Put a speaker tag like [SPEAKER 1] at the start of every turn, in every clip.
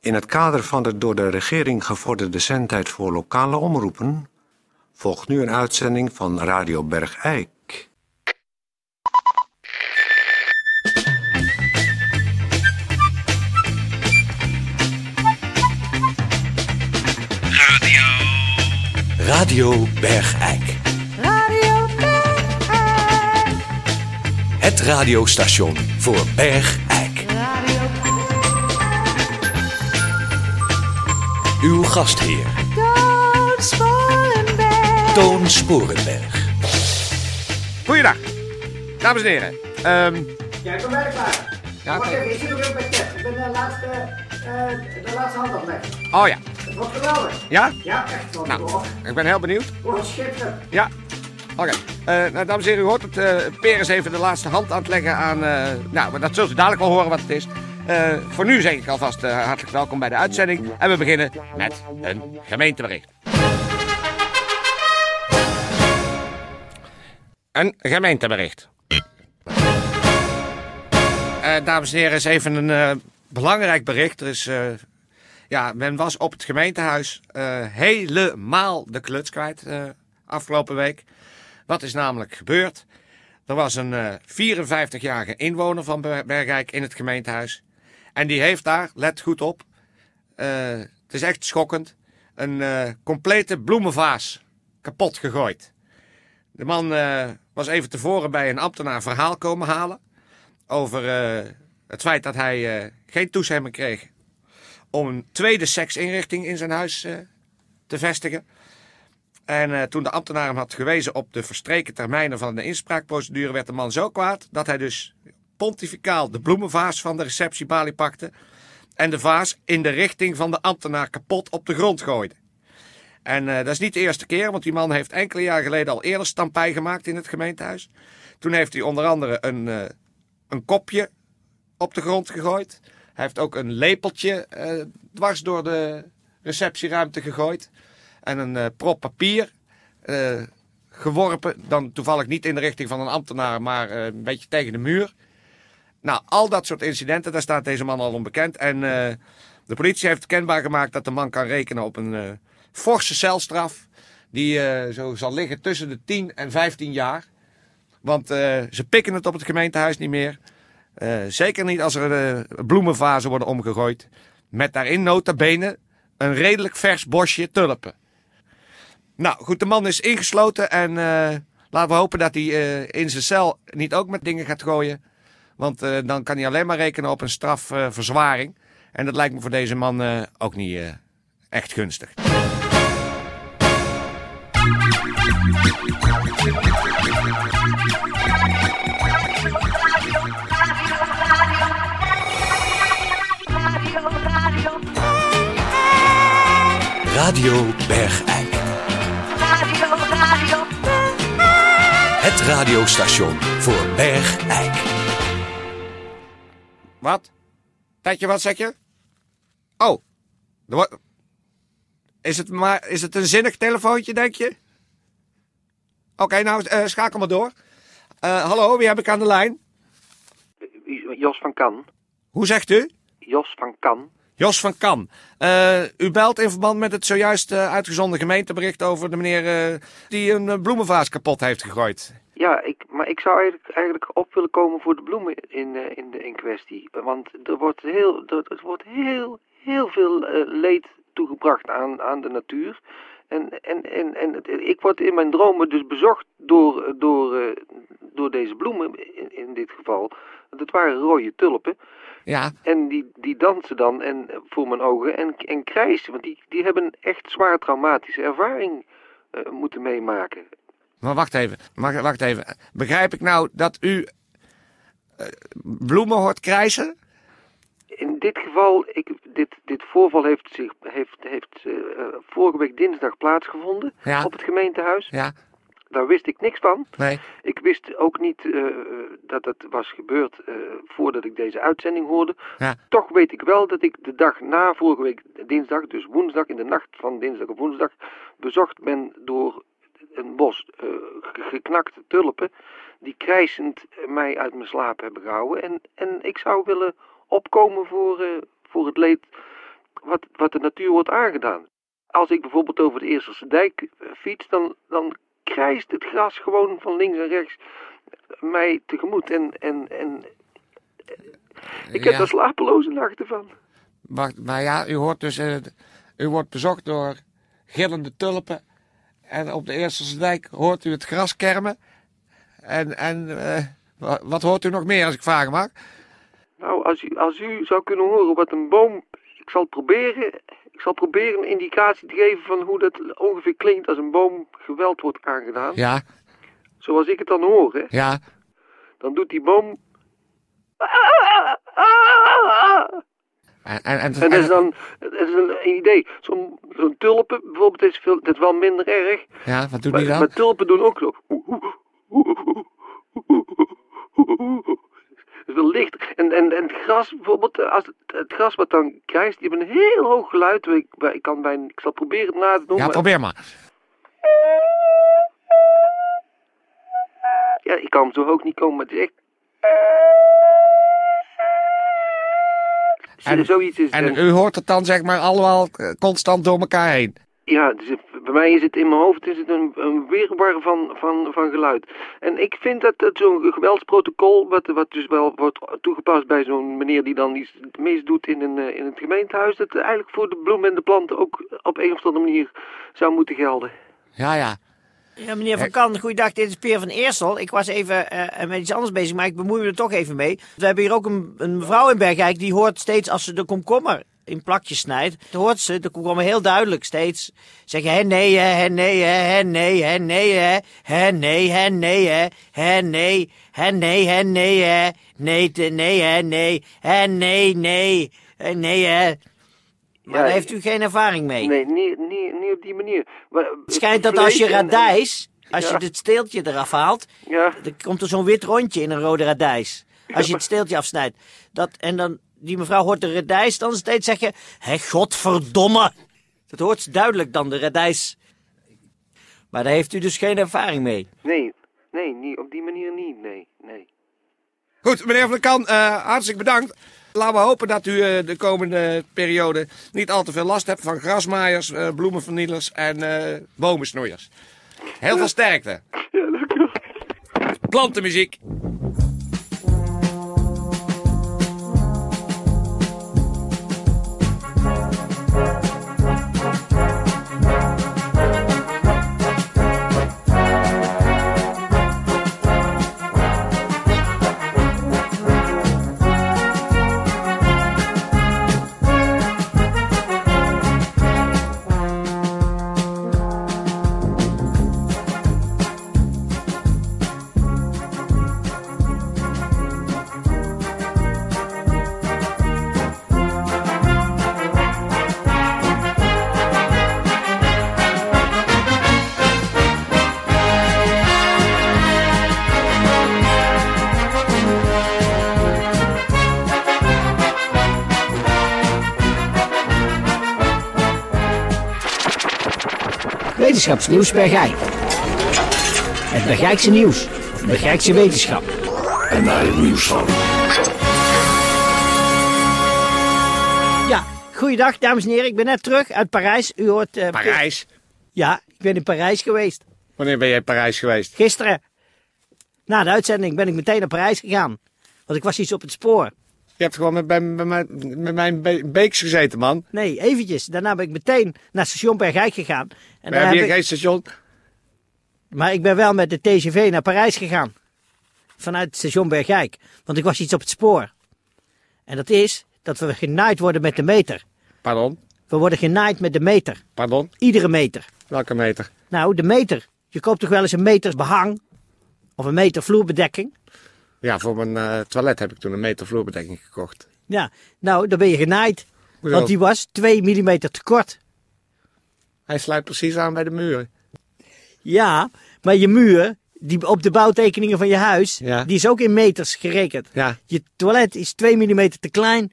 [SPEAKER 1] In het kader van de door de regering gevorderde zendtijd voor lokale omroepen volgt nu een uitzending van Radio Bergijk.
[SPEAKER 2] Radio Bergijk.
[SPEAKER 3] Radio Bergijk.
[SPEAKER 2] Het radiostation voor Bergijk.
[SPEAKER 3] Radio
[SPEAKER 2] Uw gastheer
[SPEAKER 3] Toon Sporenberg.
[SPEAKER 2] Toon Sporenberg.
[SPEAKER 4] Goeiedag, dames en heren. Ehm,
[SPEAKER 5] Jij kan mij klaar.
[SPEAKER 4] Ja,
[SPEAKER 5] Wacht
[SPEAKER 4] oké.
[SPEAKER 5] even, ik zit nog even bij Ted. Ik ben de laatste, eh de laatste hand afleggen.
[SPEAKER 4] oh ja,
[SPEAKER 5] Het wordt geweldig.
[SPEAKER 4] ja?
[SPEAKER 5] Ja, echt wel.
[SPEAKER 4] Nou.
[SPEAKER 5] Oh,
[SPEAKER 4] Ik ben heel benieuwd.
[SPEAKER 5] oh schitterend.
[SPEAKER 4] Ja. Oké. Eh, nou, dames en heren, u hoort het. eh Peres even de laatste hand aan het leggen aan... eh, nou, maar dat zult u dadelijk wel horen wat het is. Eh, voor nu zeg ik alvast eh, hartelijk welkom bij de uitzending. En we beginnen met een gemeentebericht. Een gemeentebericht. Eh, dames en heren, is even een eh, belangrijk bericht. Er is, eh, ja, men was op het gemeentehuis eh, helemaal de kluts kwijt eh, afgelopen week. Wat is namelijk gebeurd? Er was een eh, 54-jarige inwoner van Ber- Bergrijk in het gemeentehuis. En die heeft daar, let goed op, eh, het is echt schokkend, een eh, complete bloemenvaas kapot gegooid. De man eh, was even tevoren bij een ambtenaar verhaal komen halen over eh, het feit dat hij eh, geen toestemming kreeg om een tweede seksinrichting in zijn huis eh, te vestigen. En eh, toen de ambtenaar hem had gewezen op de verstreken termijnen van de inspraakprocedure, werd de man zo kwaad dat hij dus pontificaal de bloemenvaas van de receptiebalie pakte en de vaas in de richting van de ambtenaar kapot op de grond gooide. En eh, dat is niet de eerste keer, want die man heeft enkele jaar geleden al eerder stampij gemaakt in het gemeentehuis. Toen heeft hij onder andere een, eh, een kopje op de grond gegooid. Hij heeft ook een lepeltje eh, dwars door de receptieruimte gegooid. En een eh, prop papier eh, geworpen. Dan toevallig niet in de richting van een ambtenaar, maar eh, een beetje tegen de muur. Nou, al dat soort incidenten, daar staat deze man al onbekend. En eh, de politie heeft kenbaar gemaakt dat de man kan rekenen op een eh, forse celstraf. Die eh, zo zal liggen tussen de 10 en 15 jaar. Want eh, ze pikken het op het gemeentehuis niet meer. Eh, zeker niet als er eh, bloemenvazen worden omgegooid. Met daarin nota bene een redelijk vers bosje tulpen. Nou goed, de man is ingesloten en eh, laten we hopen dat hij eh, in zijn cel niet ook met dingen gaat gooien. Want eh, dan kan hij alleen maar rekenen op een strafverzwaring. en dat lijkt me voor deze man eh, ook niet eh, echt gunstig.
[SPEAKER 3] Radio, radio,
[SPEAKER 2] Radio Bergijk.
[SPEAKER 3] radio, radio.
[SPEAKER 2] Het radiostation voor Bergijk.
[SPEAKER 4] Wat? Tijdje, wat zeg je? Oh. Er wordt- Is het, maar, is het een zinnig telefoontje, denk je? Oké, nou, eh, schakel maar door. Eh, hallo, wie heb ik aan de lijn?
[SPEAKER 6] Jos van Kan.
[SPEAKER 4] Hoe zegt u?
[SPEAKER 6] Jos van Kan.
[SPEAKER 4] Jos van Kan. Eh, u belt in verband met het zojuist eh, uitgezonden gemeentebericht over de meneer eh, die een eh, bloemenvaas kapot heeft gegooid.
[SPEAKER 6] Ja, ik, maar ik zou eigenlijk, eigenlijk op willen komen voor de bloemen in, eh, in, de, in kwestie. Want er wordt heel, er, er wordt heel, heel veel eh, leed toegebracht aan, aan de natuur. En, en, en, en het- ik word in mijn dromen dus bezocht door, eh, door, eh, door deze bloemen in, in dit geval. Dat waren rode tulpen.
[SPEAKER 4] Ja,
[SPEAKER 6] En die, die dansen dan en, eh, voor mijn ogen en, en krijsen. Want die, die hebben een echt zwaar traumatische ervaring eh, moeten meemaken.
[SPEAKER 4] maar wacht even. Mag- wacht even. Begrijp ik nou dat u eh, bloemen hoort krijsen?
[SPEAKER 6] In dit geval, ik, dit, dit voorval heeft, zich, heeft, heeft eh, eh, vorige week dinsdag plaatsgevonden
[SPEAKER 4] Ja.
[SPEAKER 6] op het gemeentehuis.
[SPEAKER 4] Ja,
[SPEAKER 6] Daar wist ik niks van.
[SPEAKER 4] nee.
[SPEAKER 6] Ik wist ook niet eh, eh, dat dat was gebeurd eh, voordat ik deze uitzending hoorde.
[SPEAKER 4] Ja.
[SPEAKER 6] Toch weet ik wel dat ik de dag na vorige week dinsdag, dus woensdag, in de nacht van dinsdag op woensdag, bezocht ben door een bos eh, ge- geknakte tulpen die krijsend mij uit mijn slaap hebben gehouden. En, en ik zou willen opkomen voor, eh, voor het leed wat de natuur wordt aangedaan. Als ik bijvoorbeeld over de Eerste dijk eh, fiets, dan, dan krijst het gras gewoon van links en rechts mij tegemoet. En, en, en eh, ik heb
[SPEAKER 4] Ja.
[SPEAKER 6] daar slapeloze nachten van.
[SPEAKER 4] Wacht, maar ja, u hoort dus. eh, u wordt bezocht door gillende tulpen. En op de Eerste Dijk hoort u het gras kermen. En, en eh, wa- wat hoort u nog meer als ik vragen mag?
[SPEAKER 6] Nou, als u, als u zou kunnen horen wat een boom. Ik zal proberen. Ik zal proberen een indicatie te geven van hoe dat ongeveer klinkt als een boom geweld wordt aangedaan.
[SPEAKER 4] Ja,
[SPEAKER 6] Zoals ik het dan hoor, hè.
[SPEAKER 4] ja.
[SPEAKER 6] Dan doet die boom.
[SPEAKER 4] En, en, en,
[SPEAKER 6] En dat is dan dat is een, een idee. Zo'n zo'n tulpen bijvoorbeeld is, veel, dat is wel minder erg.
[SPEAKER 4] ja, wat doet
[SPEAKER 6] Maar,
[SPEAKER 4] u dan?
[SPEAKER 6] maar tulpen doen ook zo. Het is wel lichter. En, en, en het gras bijvoorbeeld, eh, als het, het gras wat dan krijgt, die hebben een heel hoog geluid. Ik, ik, kan bijna, ik zal proberen het na te doen.
[SPEAKER 4] Ja,
[SPEAKER 6] maar-
[SPEAKER 4] probeer maar.
[SPEAKER 6] ja, ik kan hem zo hoog niet komen, maar het is echt. Z-
[SPEAKER 4] En-
[SPEAKER 6] Zoiets is het.
[SPEAKER 4] En
[SPEAKER 6] En-
[SPEAKER 4] u hoort het dan zeg maar allemaal eh, constant door elkaar heen.
[SPEAKER 6] Ja, dus het- bij mij is het in mijn hoofd is het een, een wirwar van, van, van geluid. En ik vind dat, dat zo'n geweldsprotocol, wat, wat dus wel wordt toegepast bij zo'n meneer die dan iets het meest doet in, een, eh, in het gemeentehuis, dat eigenlijk voor de bloemen en de planten ook op een of andere manier zou moeten gelden.
[SPEAKER 4] Ja, ja.
[SPEAKER 7] Ja,
[SPEAKER 6] Eh,
[SPEAKER 7] meneer Van Kan, goeiedag. Dit is Peer van Eersel. Ik was even eh, met iets anders bezig, maar ik bemoei me er toch even mee. We hebben hier ook een, een mevrouw in Bergijk die hoort steeds als ze de komkommer in plakjes snijdt. Dan hoort ze de komkommer heel duidelijk steeds zeggen: hè nee, hè, hè nee, hè, hè nee, hè nee, hè, hè nee, hè nee, hè, hè nee, hè nee, hè nee, hè, nee, te- nee, hè nee, hè nee, nee, hè nee, hè. Maar
[SPEAKER 6] Ja,
[SPEAKER 7] daar heeft u geen ervaring mee.
[SPEAKER 6] Nee, niet, niet, niet op die manier. Maar,
[SPEAKER 7] Het schijnt dat als je
[SPEAKER 6] vlees en- en-
[SPEAKER 7] radijs, als
[SPEAKER 6] Ja.
[SPEAKER 7] je het steeltje eraf haalt,
[SPEAKER 6] Ja.
[SPEAKER 7] dan komt er zo'n wit rondje in een rode radijs. Als je het steeltje afsnijdt. Dat, en dan, die mevrouw hoort de radijs dan steeds zeggen, hé godverdomme. Dat hoort ze duidelijk dan, de radijs. Maar daar heeft u dus geen ervaring mee.
[SPEAKER 6] Nee, nee, niet, op die manier niet, nee, nee.
[SPEAKER 4] Goed, meneer Van der Kan, eh, hartstikke bedankt. Laten we hopen dat u eh, de komende periode niet al te veel last hebt van grasmaaiers, eh, bloemenvernielers en eh bomensnoeiers. Heel veel sterkte.
[SPEAKER 6] Ja, dankjewel.
[SPEAKER 4] Plantenmuziek.
[SPEAKER 7] Wetenschapsnieuws Bergijk. Het Bergijkse nieuws. Bergijkse wetenschap.
[SPEAKER 2] En daar het nieuws van.
[SPEAKER 7] Ja, goeiedag dames en heren. Ik ben net terug uit Parijs. U hoort... eh,
[SPEAKER 4] Parijs.
[SPEAKER 7] Ja, ik ben in Parijs geweest.
[SPEAKER 4] Wanneer ben jij in Parijs geweest?
[SPEAKER 7] Gisteren, na de uitzending, ben ik meteen naar Parijs gegaan. Want ik was iets op het spoor.
[SPEAKER 4] Je hebt gewoon met, bij, bij mijn- met mijn be- beeks gezeten, man.
[SPEAKER 7] Nee, eventjes. Daarna ben ik meteen naar station Bergijk gegaan. En
[SPEAKER 4] We
[SPEAKER 7] daar
[SPEAKER 4] hebben
[SPEAKER 7] heb
[SPEAKER 4] hier
[SPEAKER 7] ik...
[SPEAKER 4] geen station.
[SPEAKER 7] Maar ik ben wel met de TGV naar Parijs gegaan. Vanuit het station Bergijk. Want ik was iets op het spoor. En dat is dat we genaaid worden met de meter.
[SPEAKER 4] Pardon,
[SPEAKER 7] We worden genaaid met de meter.
[SPEAKER 4] pardon.
[SPEAKER 7] Iedere meter.
[SPEAKER 4] Welke meter?
[SPEAKER 7] Nou, de meter. Je koopt toch wel eens een meters behang? Of een meter vloerbedekking?
[SPEAKER 4] Ja, voor mijn eh, toilet heb ik toen een meter vloerbedekking gekocht.
[SPEAKER 7] Ja, nou, dan ben je genaaid.
[SPEAKER 4] Hoezo?
[SPEAKER 7] Want die was 2 mm te kort.
[SPEAKER 4] Hij sluit precies aan bij de muren.
[SPEAKER 7] Ja, maar je muur, die op de bouwtekeningen van je huis,
[SPEAKER 4] Ja.
[SPEAKER 7] die is ook in meters gerekend.
[SPEAKER 4] Ja.
[SPEAKER 7] Je toilet is 2 mm te klein.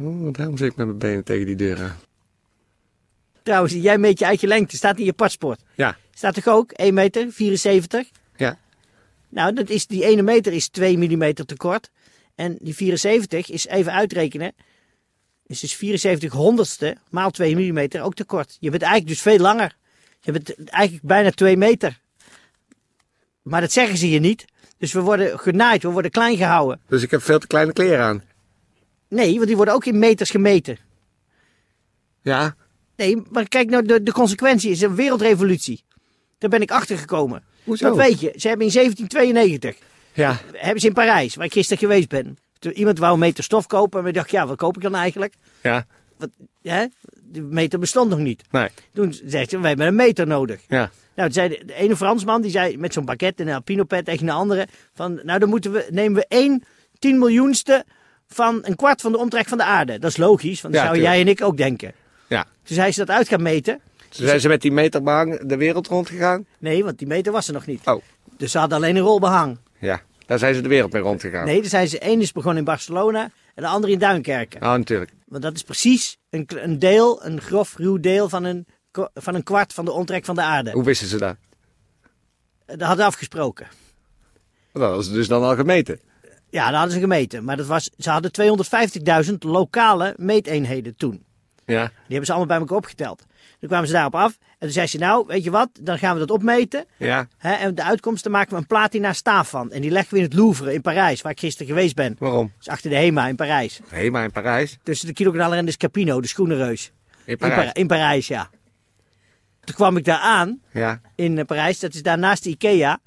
[SPEAKER 4] Oeh, Oh, daarom zit ik met mijn benen tegen die deur aan.
[SPEAKER 7] Trouwens, jij meet je eigen lengte, staat in je paspoort.
[SPEAKER 4] Ja,
[SPEAKER 7] Staat toch ook 1 meter, 74?
[SPEAKER 4] ja.
[SPEAKER 7] Nou, dat is, die ene meter is 2 mm te kort. En die 74 is even uitrekenen. is dus 74 honderdste maal 2 mm ook te kort. Je bent eigenlijk dus veel langer. Je bent eigenlijk bijna 2 meter. Maar dat zeggen ze je niet. Dus we worden genaaid, we worden klein gehouden.
[SPEAKER 4] Dus ik heb veel te kleine kleren aan.
[SPEAKER 7] Nee, want die worden ook in meters gemeten.
[SPEAKER 4] Ja,
[SPEAKER 7] Nee, maar kijk nou, de, de consequentie is een wereldrevolutie. Daar ben ik achter gekomen.
[SPEAKER 4] Hoezo?
[SPEAKER 7] Dat weet je, ze hebben in 1792
[SPEAKER 4] ja.
[SPEAKER 7] hebben ze in Parijs, waar ik gisteren geweest ben. Toen iemand wou een meter stof kopen en we dachten, ja, wat koop ik dan eigenlijk?
[SPEAKER 4] Ja,
[SPEAKER 7] Wat, hè? De meter bestond nog niet.
[SPEAKER 4] nee,
[SPEAKER 7] Toen zei ze, wij hebben een meter nodig.
[SPEAKER 4] ja.
[SPEAKER 7] Nou, toen zei de, de ene Fransman, die zei met zo'n pakket en een alpinopet tegen de andere, van, nou dan moeten we, nemen we één tien miljoenste van een kwart van de omtrek van de aarde. Dat is logisch, want dat
[SPEAKER 4] Ja,
[SPEAKER 7] zouden jij en ik ook denken.
[SPEAKER 4] ja.
[SPEAKER 7] Toen zei ze dat uit gaan meten.
[SPEAKER 4] Toen Dus zijn ze met die meterbehang de wereld rondgegaan.
[SPEAKER 7] Nee, want die meter was er nog niet.
[SPEAKER 4] Oh,
[SPEAKER 7] Dus ze hadden alleen een rolbehang.
[SPEAKER 4] ja. Daar zijn ze de wereld mee rondgegaan.
[SPEAKER 7] Nee, dan zijn ze één is begonnen in Barcelona en de andere in Duinkerken.
[SPEAKER 4] Oh, natuurlijk.
[SPEAKER 7] Want dat is precies een, kle- een deel, een grof ruw deel van een, ko- van een kwart van de omtrek van de aarde. Eh,
[SPEAKER 4] Hoe wisten ze dat?
[SPEAKER 7] Dat hadden we afgesproken.
[SPEAKER 4] Dat was dus dan al gemeten.
[SPEAKER 7] Ja, dat hadden ze gemeten. Maar dat was, ze hadden 250.000 lokale meeteenheden toen.
[SPEAKER 4] Ja.
[SPEAKER 7] Die hebben ze allemaal bij elkaar opgeteld. Toen kwamen ze daarop af. En toen zei ze, nou, weet je wat, dan gaan we dat opmeten.
[SPEAKER 4] Ja.
[SPEAKER 7] Hè, en de uitkomsten maken we een platina staaf van. En die leggen we in het Louvre in Parijs, waar ik gisteren geweest ben.
[SPEAKER 4] Waarom?
[SPEAKER 7] Dus achter de HEMA in Parijs.
[SPEAKER 4] Hé, maar in Parijs.
[SPEAKER 7] Tussen de kiloknaller en de Scapino, de schoenenreus.
[SPEAKER 4] In
[SPEAKER 7] In,
[SPEAKER 4] Parijs.
[SPEAKER 7] Par- in Parijs, ja. Toen kwam ik daar aan,
[SPEAKER 4] Ja.
[SPEAKER 7] in eh, Parijs. Dat is daar naast de Ikea.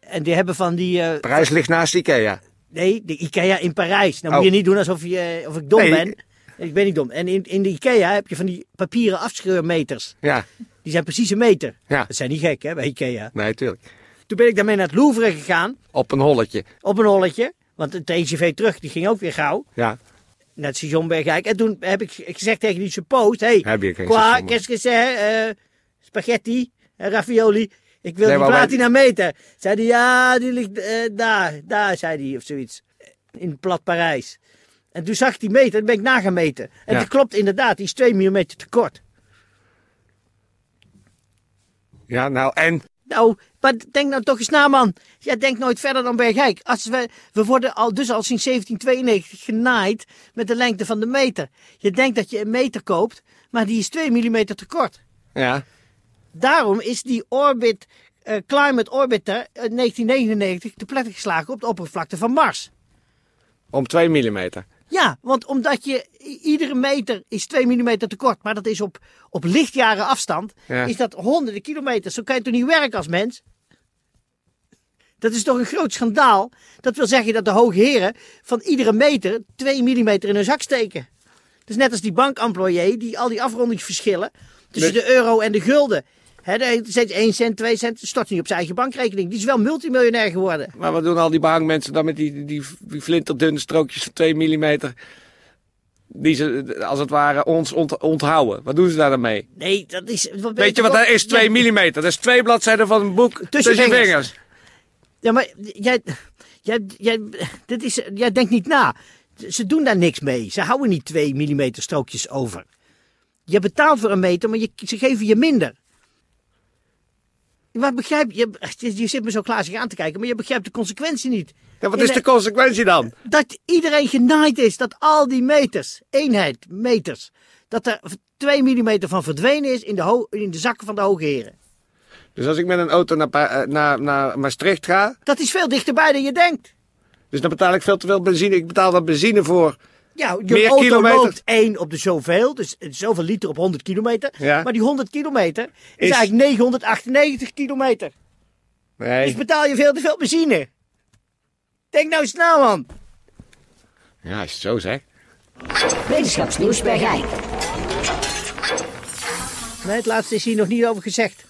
[SPEAKER 7] En die hebben van die... eh,
[SPEAKER 4] Parijs ligt naast Ikea.
[SPEAKER 7] Nee, de Ikea in Parijs. Nou
[SPEAKER 4] Oh.
[SPEAKER 7] moet je niet doen alsof je, eh, of ik dom
[SPEAKER 4] Nee.
[SPEAKER 7] ben. Ik ben niet dom. En in, in de Ikea heb je van die papieren afscheurmeters.
[SPEAKER 4] Ja.
[SPEAKER 7] Die zijn precies een meter.
[SPEAKER 4] Ja.
[SPEAKER 7] Dat zijn niet gek, hè, bij Ikea.
[SPEAKER 4] Nee, tuurlijk.
[SPEAKER 7] Toen ben ik daarmee naar het Louvre gegaan,
[SPEAKER 4] Op een holletje.
[SPEAKER 7] op een holletje. Want de TGV terug, die ging ook weer gauw.
[SPEAKER 4] Ja.
[SPEAKER 7] Naar het station Bergijk. En toen heb ik gezegd tegen die suppost, hey,
[SPEAKER 4] Heb je geen
[SPEAKER 7] Qua,
[SPEAKER 4] station meer?
[SPEAKER 7] qu'est-ce que c'est? Eh, spaghetti, eh, ravioli. Ik
[SPEAKER 4] Nee,
[SPEAKER 7] wil die
[SPEAKER 4] maar wij-
[SPEAKER 7] platina meten. Zei hij, ja, die ligt eh, daar, daar, zei hij of zoiets. In plat Parijs. En toen zag ik die meter, en ben ik nagemeten. En
[SPEAKER 4] Ja.
[SPEAKER 7] dat klopt inderdaad, die is 2 mm te kort.
[SPEAKER 4] Ja, nou en?
[SPEAKER 7] Nou, maar denk nou toch eens na, man. Jij denkt nooit verder dan Bergijk. Als we, we worden al, dus al sinds 1792 genaaid met de lengte van de meter. Je denkt dat je een meter koopt, maar die is 2 mm te kort.
[SPEAKER 4] Ja.
[SPEAKER 7] Daarom is die orbit, eh, Climate Orbiter eh, 1999 te pletter geslagen op de oppervlakte van Mars.
[SPEAKER 4] Om 2 mm.
[SPEAKER 7] Ja, want omdat je i- iedere meter is 2 mm te kort, maar dat is op, op lichtjaren afstand,
[SPEAKER 4] Ja.
[SPEAKER 7] is dat honderden kilometers. Zo kan je toch niet werken als mens? Dat is toch een groot schandaal? Dat wil zeggen dat de hoge heren van iedere meter 2 mm in hun zak steken. Dus net als die bankemployé die al die afrondingsverschillen tussen de euro en de gulden. Hè, de- steeds 1 cent, 2 cent, stort niet op zijn eigen bankrekening. Die is wel multimiljonair geworden.
[SPEAKER 4] Maar wat doen al die behangmensen dan met die, die, die flinterdunne strookjes van 2 mm? Die ze als het ware ons ont- onthouden. Wat doen ze daar dan mee?
[SPEAKER 7] Nee, dat is... wat ben
[SPEAKER 4] Weet je wat
[SPEAKER 7] toch
[SPEAKER 4] dat
[SPEAKER 7] ook-
[SPEAKER 4] is? 2
[SPEAKER 7] Ja,
[SPEAKER 4] mm. Dat is twee bladzijden van een boek tussen, je
[SPEAKER 7] vingers.
[SPEAKER 4] vingers.
[SPEAKER 7] Ja, maar jij, jij, jij, dit is, jij denkt niet na. Ze doen daar niks mee. Ze houden niet 2 mm strookjes over. Je betaalt voor een meter, maar je, ze geven je minder. Maar begrijp je, je zit me zo glazig aan te kijken, maar je begrijpt de consequentie niet.
[SPEAKER 4] Ja, wat
[SPEAKER 7] In
[SPEAKER 4] is de consequentie dan?
[SPEAKER 7] dat iedereen genaaid is. Dat al die meters, eenheid, meters, dat er 2 mm van verdwenen is in de, ho- in de zakken van de hoge heren.
[SPEAKER 4] Dus als ik met een auto naar, Pa- eh, naar, naar Maastricht ga,
[SPEAKER 7] Dat is veel dichterbij dan je denkt.
[SPEAKER 4] dus dan betaal ik veel te veel benzine. Ik betaal dan benzine voor.
[SPEAKER 7] Ja, je
[SPEAKER 4] Meer
[SPEAKER 7] auto
[SPEAKER 4] kilometer.
[SPEAKER 7] loopt één op de zoveel, dus zoveel liter op 100 kilometer.
[SPEAKER 4] Ja.
[SPEAKER 7] Maar die 100 kilometer is,
[SPEAKER 4] Is-
[SPEAKER 7] eigenlijk 998 kilometer. Dus
[SPEAKER 4] Nee.
[SPEAKER 7] betaal je veel te veel benzine. Denk nou snel man.
[SPEAKER 4] Ja, als je het zo zegt.
[SPEAKER 8] Wetenschapsnieuws bij Rijk.
[SPEAKER 7] Nee, het laatste is hier nog niet over gezegd.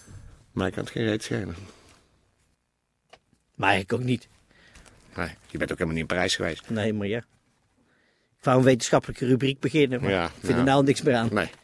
[SPEAKER 4] Mij kan het geen reet schelen.
[SPEAKER 7] Maar ik ook niet.
[SPEAKER 4] Nee, je bent ook helemaal niet in Parijs geweest.
[SPEAKER 7] Nee, maar ja. Ik wou een wetenschappelijke rubriek beginnen, maar
[SPEAKER 4] Ja,
[SPEAKER 7] ik vind
[SPEAKER 4] ja.
[SPEAKER 7] er nou niks meer aan.
[SPEAKER 4] Nee.